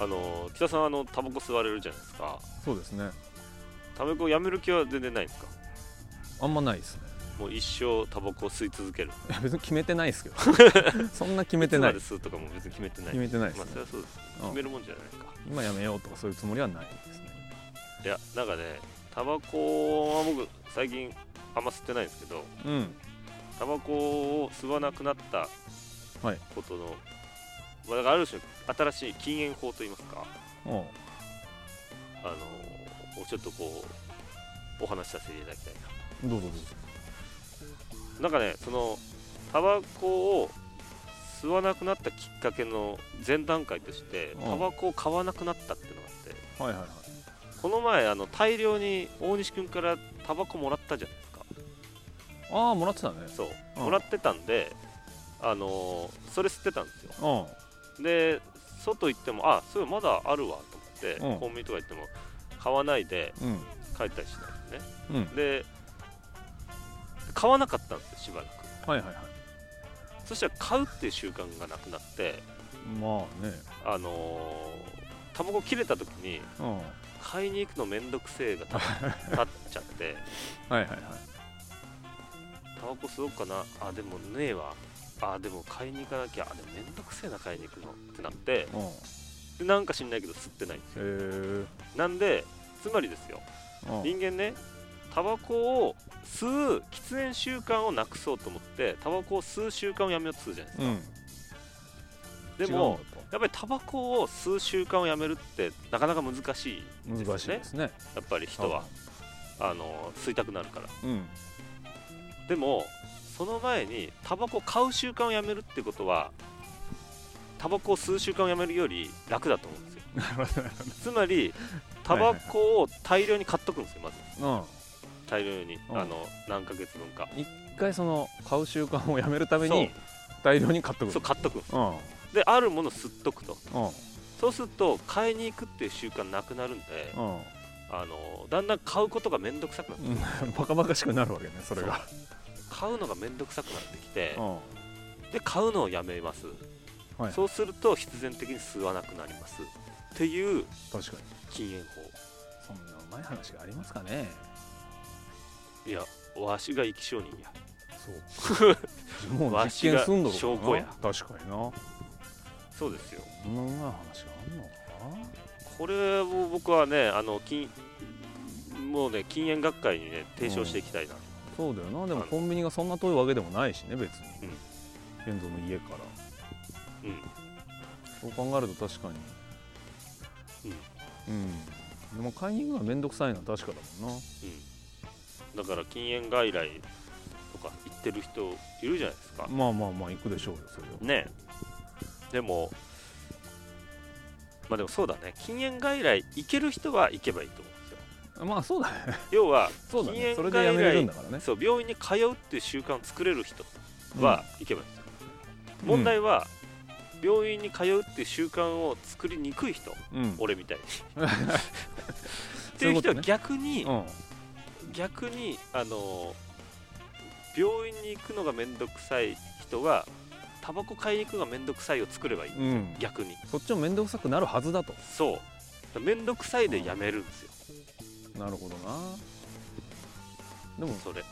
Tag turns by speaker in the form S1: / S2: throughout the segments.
S1: あの北さんあのタバコ吸われるじゃないですか
S2: そうですね
S1: タバコやめる気は全然ないんですか
S2: あんまないですね
S1: もう一生タバコ吸い続ける
S2: いや 別に決めてない ですけどそんな決めてない
S1: いつまで吸うとかも別に決めてない
S2: 決めてないです
S1: まあ
S2: ね
S1: それはそうです
S2: うん
S1: 決めるもんじゃないか
S2: 今やめようとかそういうつもりはないですね
S1: いやなんかねタバコは僕最近あんま吸ってないんですけど
S2: うん
S1: タバコを吸わなくなった
S2: はい
S1: ことの、まあ、だからある種新しい禁煙法といいますか
S2: おう
S1: あのをちょっとこうお話しさせていただきたい
S2: どうぞどうぞ
S1: ななんかねそのタバコを吸わなくなったきっかけの前段階として
S2: うん
S1: タバコを買わなくなったっていうのがあって
S2: はいはいはい
S1: この前あの大量に大西君からタバコもらったじゃないですか
S2: ああもらってたね
S1: そう、
S2: うん
S1: もらってたんであのーそれ吸ってたんですよ
S2: うん
S1: で外行ってもあそういえばまだあるわと思って、
S2: うん
S1: コンビニとか行っても買わないで
S2: うん
S1: 帰ったりしないんですね
S2: うん
S1: で買わなかったんですよしばらく
S2: はいはいはい
S1: そしたら買うっていう習慣がなくなって
S2: まあね
S1: あのータバコ切れた時に
S2: うんは
S1: 買いに行くのめんどくせえ が立立っちゃって
S2: いはいはい
S1: タバコ吸おうかなあでもねえわあでも買いに行かなきゃあでもめんどくせえな買いに行くのってなって
S2: うんへ
S1: でなんか知んないけど吸ってないんですよ
S2: え
S1: なんでつまりですよ
S2: うん
S1: 人間ねタバコを吸う喫煙習慣をなくそうと思ってタバコを吸う習慣をやめようとするじゃないで
S2: うん
S1: すかでもやっぱりタバコを吸う習慣をやめるってなかなか難しい
S2: 違うと難しいですね
S1: やっぱり人はあの吸いたくなるから
S2: うん
S1: でもその前にタバコを買う習慣をやめるってことはタバコを吸う習慣をやめるより楽だと思うんですよ
S2: なるほどなる
S1: つまりタバコを大量に買っとくんですよまず
S2: ほどうん
S1: 大量に
S2: うん
S1: あの何ヶ月分か
S2: 一回その買う習慣をやめるため
S1: そう
S2: に大量に買っとく
S1: そう買っとくんです
S2: うんうん
S1: であるものを吸っとくと
S2: うん
S1: そうすると買いに行くっていう習慣なくなるんで
S2: うん
S1: あのだんだん買うことが面倒くさくなって
S2: うん バカバカしくなるわけねそれが
S1: 買うのが面倒くさくなってきて
S2: うん
S1: で買うのをやめます、
S2: はい
S1: そうすると必然的に吸わなくなりますっていう
S2: 確かに
S1: 禁煙
S2: そんなうまい話がありますかね
S1: 法いやわしが生き証人や
S2: そうもう
S1: わし
S2: 実
S1: が
S2: 験すんだろう
S1: 証拠や
S2: 確かにな
S1: そうですよ
S2: そんなうまい話があんのかな
S1: これを僕はねあの禁もうね禁煙学会にね提唱していきたいな、
S2: そうだよなでも
S1: あの
S2: コンビニがそんな遠いわけでもないしね別
S1: う
S2: に遠藤の家から
S1: うん
S2: そう考えると確かにうんでも買いに行くのは面倒くさいのは確かだもんな
S1: うんだから禁煙外来とか行ってる人いるじゃないですか
S2: まあまあまあ行くでしょうよそれは
S1: ねでもまあでもそうだね禁煙外来行ける人は行けばいいと思うんですよ
S2: まあそうだね
S1: 要は
S2: そうだ
S1: 禁
S2: ね
S1: 煙
S2: それでやめれるんだからね
S1: そう病院に通うっていう習慣を作れる人は行けばいいですよ、問題は病院に通うっていう習慣を作りにくい人
S2: うんうん
S1: 俺み たいにって
S2: そう
S1: い
S2: いう
S1: う
S2: こ
S1: 人
S2: とね
S1: は逆に
S2: うん
S1: 逆にあの病院に行くのがめんどくさい人はタバコ買いに行くのがめんどくさいを作ればいい
S2: うん
S1: 逆に
S2: そっちも面倒くさくなるはずだと
S1: そうめんどくさいでやめるんですよ、
S2: なるほどなでも
S1: それ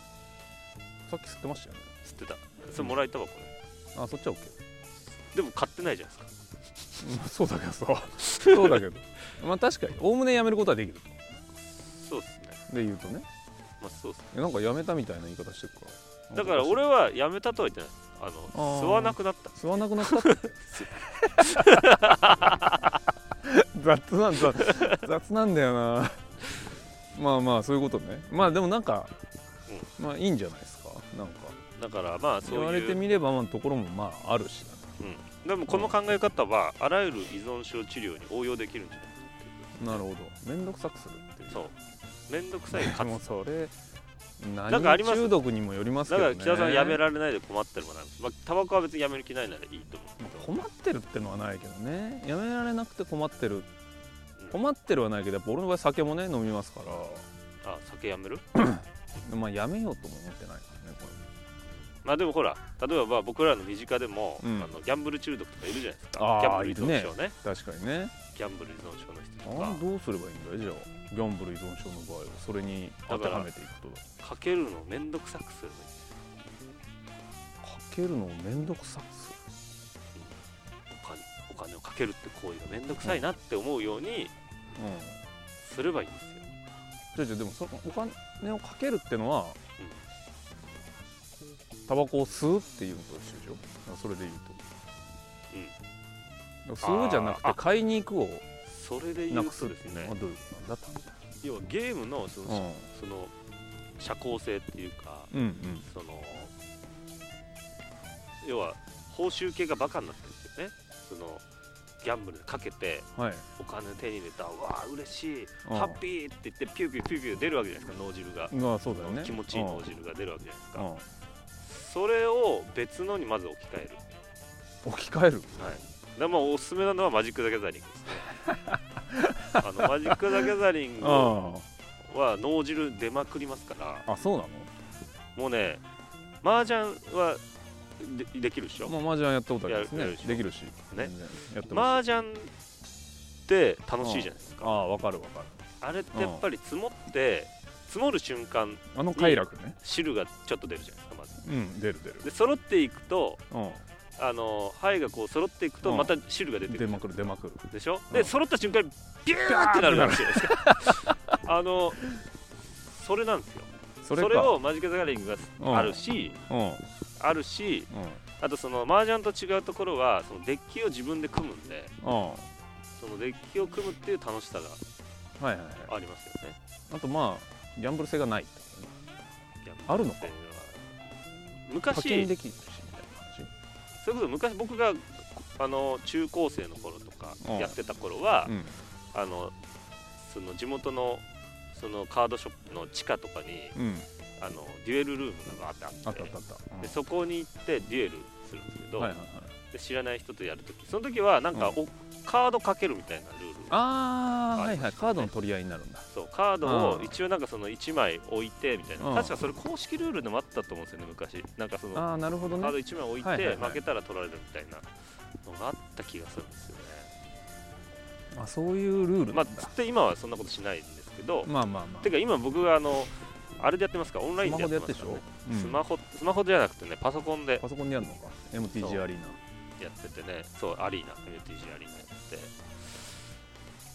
S2: さっき吸ってましたよね
S1: 吸ってたそれもらえたわこれ
S2: あそっちは OK
S1: でも買ってないじゃないですか
S2: まあそうだけどさそうだけどまあ確かにおおむねやめることはできる
S1: そうですね
S2: で言うとね
S1: まあそうっすね
S2: いやなんかやめたみたいな言い方してるから
S1: だから俺はやめたとは言ってないあの
S2: あー
S1: 吸わなくなった
S2: 吸わなくなったって 雑なん雑雑なんだよなまあまあそういうことねまあでもなんか、まあいいんじゃないですかなんか
S1: だからまあそう
S2: 言われ
S1: い
S2: て
S1: う、
S2: みればまあところもまああるしだね
S1: うん、でもこの考え方はあらゆる依存症治療に応用できるんじゃないか
S2: なるほど面倒くさくするっていう
S1: そうめんどくさいか
S2: でも
S1: つ
S2: それ
S1: なんかありま
S2: 何
S1: す
S2: 中毒にもよります
S1: だ
S2: け
S1: から
S2: ど
S1: 北
S2: ね
S1: 田さんやめられないで困ってるもないまあタバコは別にやめる気ないならいいと思うけど
S2: 困ってるってのはないけどねやめられなくて困ってる
S1: うん
S2: 困ってるはないけどやっぱ俺の場合酒もね飲みますから
S1: あ酒やめる
S2: まあやめようとも思ってないからねこ
S1: まあでもほら例えば僕らの身近でも、
S2: うん
S1: あのギャンブル中毒とかいるじゃないですか
S2: あー
S1: ギャンブル依存症ね
S2: れ確かにね
S1: ギャンブル依存症の人と
S2: あ
S1: か
S2: ーどうすればいいんだいじゃあギャンブル依存症の場合はそれに当てはめていくとだ
S1: かけるのめんどくさくするのに
S2: かけるのをめんどくさくする
S1: お金お金をかけるって行為がめんどくさいなって思うように
S2: うん
S1: すればいいんですよ、
S2: じゃあじゃあでもそのお金をかけるってのはタバコを吸うっていうのと一緒でしょだからそれで言うと、吸うじゃなく
S1: あ
S2: て
S1: ー
S2: 買いに行くを
S1: それで言
S2: な
S1: う
S2: くす
S1: と
S2: るっ
S1: です
S2: ていうの
S1: ね
S2: はどういうことなんだったんだ
S1: 要はゲームのその,、
S2: うん
S1: その社交性っていうか
S2: うんうん
S1: その要は報酬系がバカになってるんですよねそのギャンブルでかけて
S2: はい
S1: お金手に入れたうわー嬉しい
S2: うん
S1: ハッピーって言ってピューピューピューピュー出るわけじゃないですか脳汁が、
S2: まあそうだよね
S1: 気持ちいい脳汁が出るわけじゃないですか
S2: うん
S1: それを別のにまず置き換える
S2: うん置き換える
S1: はい、でまあおすすめなのはマジック・ザ・ギャザリングですねあ のマジック・ザ・ギャザリングは
S2: あ
S1: 脳汁出まくりますから
S2: ああそうな
S1: もうね麻雀はでできるでしょ
S2: のまあ麻雀やったことあります
S1: やるやる
S2: ね
S1: でしょ
S2: できるし
S1: ね
S2: 全然やってま
S1: 麻
S2: す
S1: 雀って楽しいじゃないです
S2: あ
S1: か
S2: あわかるわかる
S1: あれってやっぱり積もって積もる瞬間
S2: あの快楽ね
S1: 汁がちょっと出るじゃないですかまず
S2: うん出る出る
S1: で揃っていくと
S2: うん
S1: あの肺がこう揃っていくと
S2: うん
S1: また汁が出てく
S2: 出
S1: る
S2: まくる出まくる
S1: でしょ、
S2: う
S1: で
S2: ん
S1: 揃った瞬間にビューってなるかもしれないですか あのそれなんですよ
S2: そ
S1: そ
S2: れ
S1: れ
S2: か
S1: をマジック・ザ・ガリング
S2: うん
S1: があるし、
S2: うんうん
S1: あるしあとその麻雀と違うところはそのデッキを自分で組むんで
S2: うん
S1: そのデッキを組むっていう楽しさが
S2: はいはいはい
S1: ありますよね
S2: あとまあギャンブル性がない
S1: ギャンブル
S2: あるのか
S1: っていうのは
S2: 課金
S1: 昔
S2: できるしみたいな
S1: それこそ昔僕があの中高生の頃とか
S2: うん
S1: やってた頃は、
S2: 感じ
S1: あのその地元のそのカードショップの地下とかに
S2: うんうん
S1: あのデュエルルームがバーってあって
S2: あったあったあったうん
S1: でそこに行ってデュエルするんですけど、
S2: はいはいはい
S1: で知らない人とやるときその時はなんかお、カードかけるみたいなルール
S2: ああ
S1: あ
S2: は
S1: り
S2: い
S1: ま
S2: は
S1: し
S2: い
S1: たね
S2: カードの取り合いになるんだ
S1: そうカードを
S2: うん
S1: 一応なんかその1枚置いてみたいな、
S2: うん
S1: 確かそれ公式ルールでもあったと思うんですよね昔なんかそのカ
S2: ああなるほどね
S1: ード1枚置いて、
S2: はいはいはい
S1: 負けたら取られるみたいなのがあった気がするんですよね
S2: あそういうルール
S1: ま
S2: な
S1: あ
S2: ん
S1: つ
S2: だ
S1: って今はそんなことしないんですけど、
S2: まあまあまあ
S1: てか今僕があのあれでやってますからオンライ
S2: ス
S1: ン
S2: マ
S1: でや
S2: ホ
S1: っ
S2: で
S1: て
S2: やっ
S1: ま
S2: て
S1: すから、ね
S2: るでしょうん
S1: スマホスマホじゃなくてねパソコンで
S2: パソコンでやるのか
S1: そう
S2: MTG アリーナ
S1: やっててねそうアリーナ MTG アリーナやってて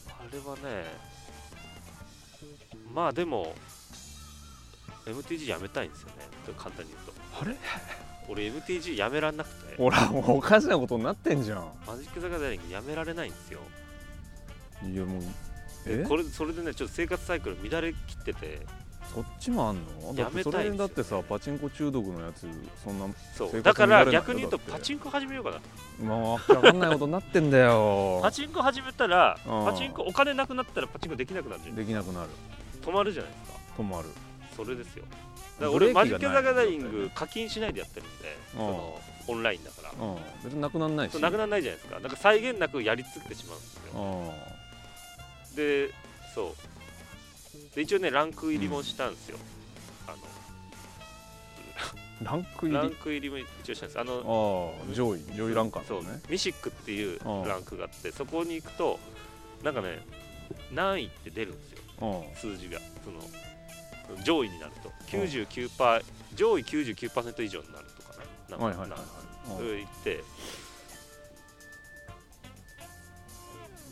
S1: あれはねまあでも MTG やめたいんですよねちょっと簡単に言うと
S2: あれ
S1: 俺 MTG やめらんなくて
S2: ほらもうおかしなことになってんじゃん
S1: マジック・ザ・ガザリングやめられないんですよ
S2: いやもう
S1: で
S2: え
S1: これそれでねちょっと生活サイクル乱れきってて
S2: そっちもあんのだ
S1: や
S2: って
S1: めたい
S2: それ
S1: です
S2: だってさパチンコ中毒のやつそんな
S1: そう
S2: 生活
S1: だか
S2: 乱
S1: ら
S2: れない
S1: 逆に言うと
S2: だって
S1: パチンコ始めようかな
S2: まあわけわかんないことになってんだよ
S1: パチンコ始めたら
S2: うん
S1: パチンコお金なくなったらパチンコできなくなるじゃん
S2: できなくなる
S1: 止まるじゃないですか
S2: 止まる
S1: それですよだから俺
S2: ブ
S1: マ
S2: レーキ
S1: ジ
S2: が
S1: ック・ザ・
S2: ない
S1: ガザリング課金しないでやってるんで、そのオンラインだから、
S2: うん別になくならない
S1: そ
S2: し
S1: うなくならないじゃないですかだから際限なくやり続けてしまうんですよ
S2: う
S1: でそうで一応ねランク入りもしたんですよ、あ
S2: んランク
S1: の
S2: 入りあ
S1: ランク入りも一応したんですあの
S2: あ上位上位ランカー
S1: そう
S2: だね
S1: ミシックっていう
S2: うん
S1: ランクがあってそこに行くとなんかね何位って出るんですよ
S2: う
S1: 数字がその上位になると99%パー上位99%以上になるとかななんんか
S2: はいはいはい
S1: なん
S2: は
S1: か
S2: い
S1: そうれ行って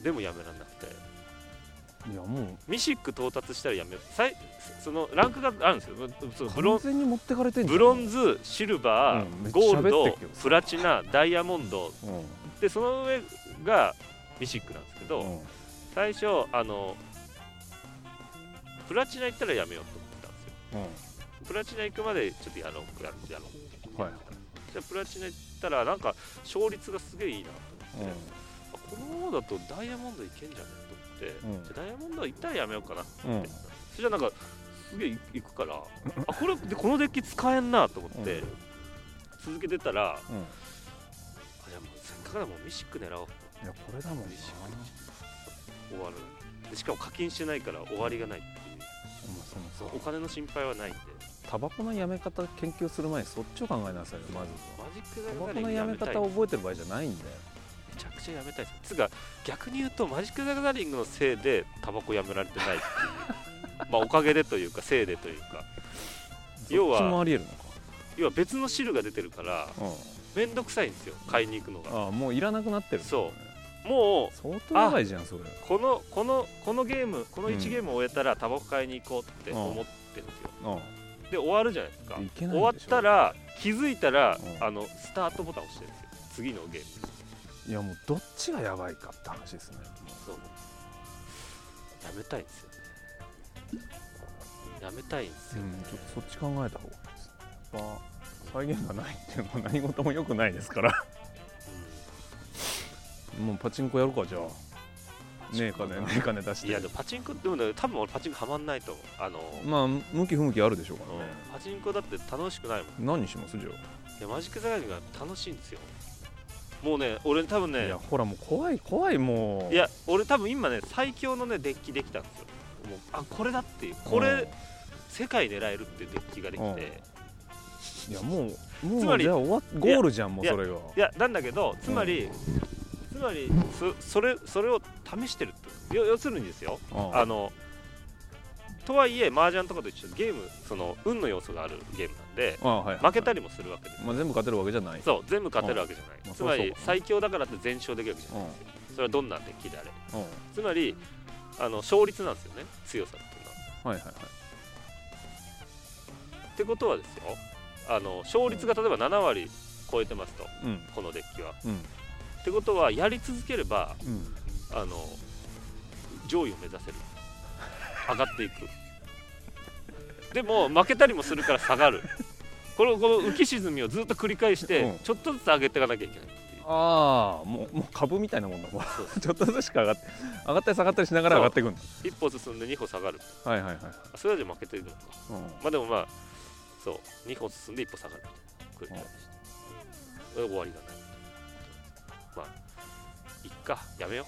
S1: でもやめらんなくて
S2: んいやも
S1: ミシック到達したらやめようさいそのランクがあるんですよその
S2: う
S1: ブロ
S2: 完
S1: ン
S2: 全に持ってかれてんじゃん
S1: ブロンズシルバー、
S2: うんめっちゃ
S1: ゴール
S2: 喋っ
S1: ド
S2: てっけど
S1: プラチナダイヤモンド
S2: うん
S1: でその上がミシックなんですけど、
S2: うん
S1: 最初あのプラチナ行ったらやめようと思ってたんですよ
S2: う
S1: プラチナ行くまでちょっとやろうやろうやろうん
S2: はい
S1: じゃあプラチナ行ったらなんか勝率がすげえいいなと思って、あこのままだとダイヤモンドいけんじゃねと思って、
S2: うん
S1: じゃあダイヤモンド行ったらやめようかなって、
S2: うんうん
S1: そしたらなんかすげえいくからあこれでこのデッキ使えんなと思って、
S2: うん
S1: 続けてたらあ
S2: うん
S1: いやもうせっかくだからもうミシック狙おう
S2: いやこれだもんな
S1: ミシック終わるでしかも課金してないから終わりがないっていう
S2: お前その
S1: そう
S2: さ
S1: お金の心配はないんで
S2: タバコのやめ方研究する前にそっちを考えなさいよまずは
S1: マジック・ザ・
S2: タ
S1: ガ
S2: バ
S1: ザ
S2: コ
S1: リン
S2: の
S1: グ
S2: や
S1: や
S2: め
S1: めたい
S2: 方を覚えてる場合じゃないんだよ
S1: めちゃくちゃくちゃやめたいですつうか逆に言うとマジック・ザ・ガザリングのせいでタバコやめられてない っていうまあおかげでというかせいでというか要は
S2: そっちもありえるのか
S1: 要は別の汁が出てるから
S2: う
S1: めんどくさいんですよ買いに行くの
S2: ん
S1: が
S2: ああもういらなくなってる、ね、
S1: そもう
S2: 相当やばいじゃんそれ
S1: このこのこのゲームこの
S2: う
S1: 1
S2: ん
S1: ゲームを終えたらタバコ買いに行こうって思ってるんですよ、
S2: あ
S1: で終わるじゃないですか
S2: いけないんでし
S1: 終
S2: ょ
S1: わったら気づいたら、
S2: うん
S1: あのスタートボタン押してるんですよ次のゲーム
S2: いやもうどっちがやばいかって話ですね
S1: そうやめたいんですよねやめたいんです
S2: う
S1: よ、
S2: んちょっとそっち考えた方がいいですねやっぱ再現がないっていうのは何事も良くないですからもうパチンコやるかじゃあねえ金ねえ金出し
S1: う
S2: て
S1: んいやでもパチンコでもね多分俺パチンコはまんないと思うあの、うん
S2: まあ向き不向きあるでしょうからね、
S1: パチンコだって楽しくないもん
S2: 何にしますじゃ
S1: いやマジック・ザ・ガーデンが楽しいんですよもうね俺多分
S2: あ、
S1: ね
S2: いやほらもう怖い怖いもう
S1: いや俺多分今ね最強のねデッキできたんですよもうあこれだっていうこ
S2: うん
S1: れ世界狙えるっていうデッキができて
S2: いやもうもう
S1: つまり
S2: じゃあ終わっゴールじゃんもう
S1: いや
S2: それが
S1: いやなんだけどつまり、つまりそそれそれを試してるって要要するにですよ
S2: うん
S1: あのとはいえ麻雀とかと一緒でゲームその運の要素があるゲームなんで
S2: ああはい
S1: 負けた
S2: り、
S1: りもするわけです、
S2: まあ、全部勝てるわけじゃない
S1: そう全部勝てるわけじゃない、
S2: うんまあ
S1: つま
S2: そう
S1: り
S2: そう
S1: 最強だからって全勝できるわけじゃないですよ、それはどんなデッキであれ
S2: うんはい
S1: つまりあの勝率なんですよね強さっていうのは
S2: はいはい
S1: ってことはですよあの勝率が例えば7割超えてますと
S2: うん
S1: このデッキは。
S2: うん
S1: ってことはやり続ければ
S2: うん
S1: あの上位を目指せる上がっていくでも負けたりもするから下がるこのこの浮き沈みをずっと繰り返して、
S2: うん
S1: ちょっとずつ上げていかなきゃいけないっていう
S2: ああもうもう株みたいなもんだもう
S1: そうそ
S2: ちょっとずつしか上がって上がったり下がったりしながら上がっていくんだ
S1: う一歩進んで2歩下がる
S2: はいはいはい、
S1: あそれで負けていくのか
S2: うん、
S1: まあでもまあそう2歩進んで1歩下がるみたいな繰り返して、で終わりがないまあいっかやめよ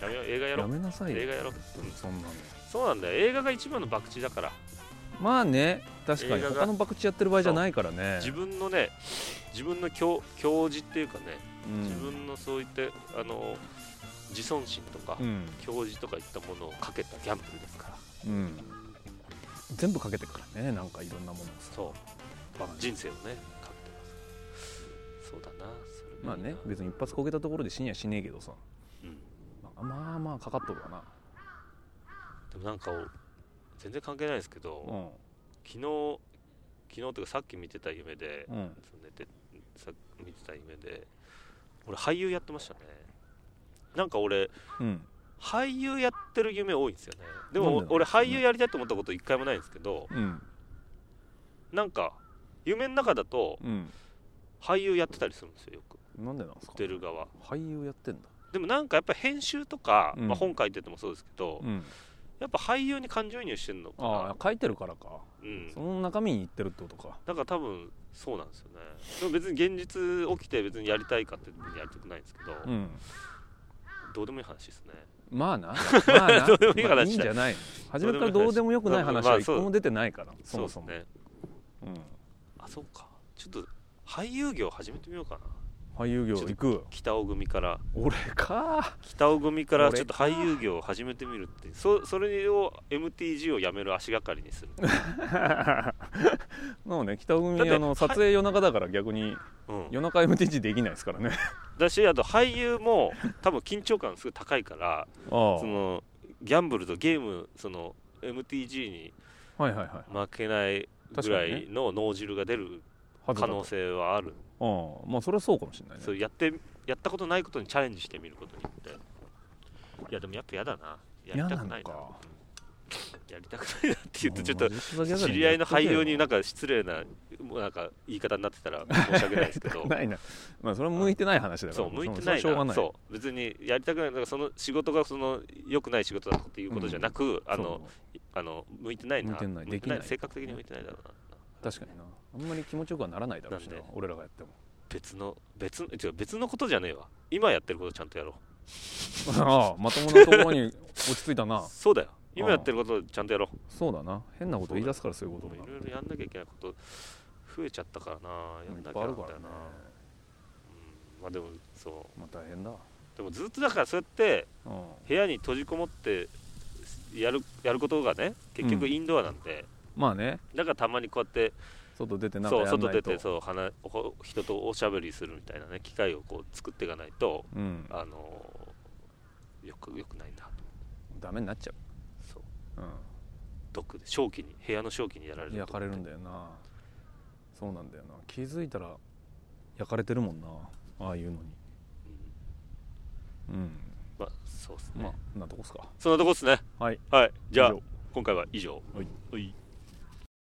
S1: うやめよう映画やろ
S2: や
S1: う
S2: めなさい
S1: 映
S2: よ
S1: 画やろう
S2: そんなの
S1: そうなんだよ映画が一番の博打だから
S2: まあね確かに
S1: 映画が
S2: 他の博打やってる場合じゃないからね
S1: 自分のね自分の教教示っていうかね、
S2: うん
S1: 自分のそういったあの自尊心とか、
S2: うん、
S1: 教示とかいったものをかけたギャンブルですから
S2: うん、全部かけてからねなんかいろんなものをさ
S1: そう、
S2: バカに
S1: 人生をねかけてますそうだなそれ
S2: ま
S1: が
S2: あ
S1: いいな
S2: ね別に一発こけたところで死にはしねえけどさ
S1: うん
S2: まあまあまあかかっとるわな
S1: でもなんかお全然関係ないですけど、
S2: うん
S1: 昨日昨日というかさっき見てた夢で、
S2: うん
S1: 寝てさ見てた夢で俺俳優やってましたねなんか俺
S2: うん
S1: 俳優やってる夢多いんですよねで
S2: なん
S1: も
S2: でだ
S1: 俺俳優やりたいと思ったこと一回もないんですけど、
S2: うん
S1: なんか夢の中だと
S2: う
S1: 俳優やってたりするんですよよく
S2: んなんでなんですか
S1: 出る側
S2: 俳優やってんだ
S1: でもなんかやっぱ編集とか、
S2: うん
S1: まあ、本書いててもそうですけど、
S2: うん
S1: やっぱ俳優に感情移入してるのか
S2: ああ
S1: な
S2: 書いてるからか
S1: うん
S2: その中身にいってるってことか
S1: だから多分そうなんですよねでも別に現実起きて別にやりたいかってやりたくないんですけど、
S2: うん
S1: どうでもいい話ですね
S2: まあ なまあな
S1: どうでもいい話
S2: まあ
S1: だ
S2: いいんじゃないの初めからどうでもよくない話
S1: ま
S2: は
S1: あ
S2: 一個も出てないからそもそも
S1: うですね
S2: うん
S1: あそうかちょっと俳優業始めてみようかな
S2: 俳優業行く
S1: 北尾組から
S2: 俺か
S1: 北尾組から
S2: 俺
S1: ちょっと俳優業を始めてみるっていうそそれを MTG をやめる足がかりに する、
S2: なのね北尾
S1: だっ
S2: 組
S1: て
S2: あの撮影夜中だから逆に
S1: うん、
S2: 夜中 MTG できないですからね
S1: だしあと俳優も多分緊張感すごい高いから
S2: あ
S1: そのギャンブルとゲームその MTG に
S2: あはいはいはい
S1: 負けないぐらいの脳汁が出る可能
S2: 性
S1: 性はある、
S2: ああまあそれはそうかもしれないね
S1: そうやってやったことないことにチャレンジしてみることによっていやでもやっぱやだなやり
S2: 嫌
S1: た
S2: な
S1: く
S2: の
S1: ないな
S2: か
S1: やりたくないなって言うとちょっと
S2: ょっ
S1: 知り合いの俳優になん
S2: か
S1: か失礼なもうなんか言い方になってたら申し訳ないですけど
S2: ないなまあそれは向いてない話だから
S1: そう向いてないな
S2: それはしょうがない
S1: そう別にやりたくないだからその仕事がその良くない仕事だっていうことじゃなく、あのあの向いてないな
S2: 向いてないできない
S1: 性格的に向いてないだろうな
S2: 確かになあんまり気持ちよくはならないだろうしな
S1: なんで
S2: 俺らがやっても
S1: 別の別の違う別のことじゃねえわ今やってることちゃんとやろ
S2: ああまともなところに落ち着いた
S1: う
S2: な
S1: そうだよ今
S2: ああ
S1: やってることちゃんとやろう
S2: そうだな変なこと言い出すからそういうこと
S1: もう
S2: にないる
S1: ろいろやんなきゃいけないこと増えちゃったからなやんな
S2: いっ
S1: きゃ
S2: ぱいあ
S1: な
S2: る
S1: ん
S2: か
S1: だ
S2: ら
S1: よ
S2: ね
S1: な、まあでもそ
S2: まあ大変だ
S1: うでもずっとだからそうやって
S2: うん
S1: 部屋に閉じこもってやるやることがね結局
S2: うん
S1: インドアなんで、
S2: まあね
S1: だからたまにこうやって
S2: 外出てなんか
S1: そ
S2: や
S1: うん
S2: な
S1: 外出
S2: いと
S1: てそう話お人とおしゃべりするみたいなね機会をこう作っていかないと
S2: うん
S1: あのーよくよくないんだ
S2: ダメになっちゃ
S1: そう
S2: う
S1: 毒で正気に部屋の正気にやられる
S2: うん
S1: と
S2: 焼かれるんだよなそうなんだよな気づいたら焼かれてるもんなああいうのに
S1: うん
S2: うん
S1: まあそうですね、
S2: まあこんなとこっすか
S1: そんなとこっすね
S2: はい
S1: はいじゃ
S2: 以
S1: あ
S2: 上
S1: 今回は以上
S2: はい
S1: はい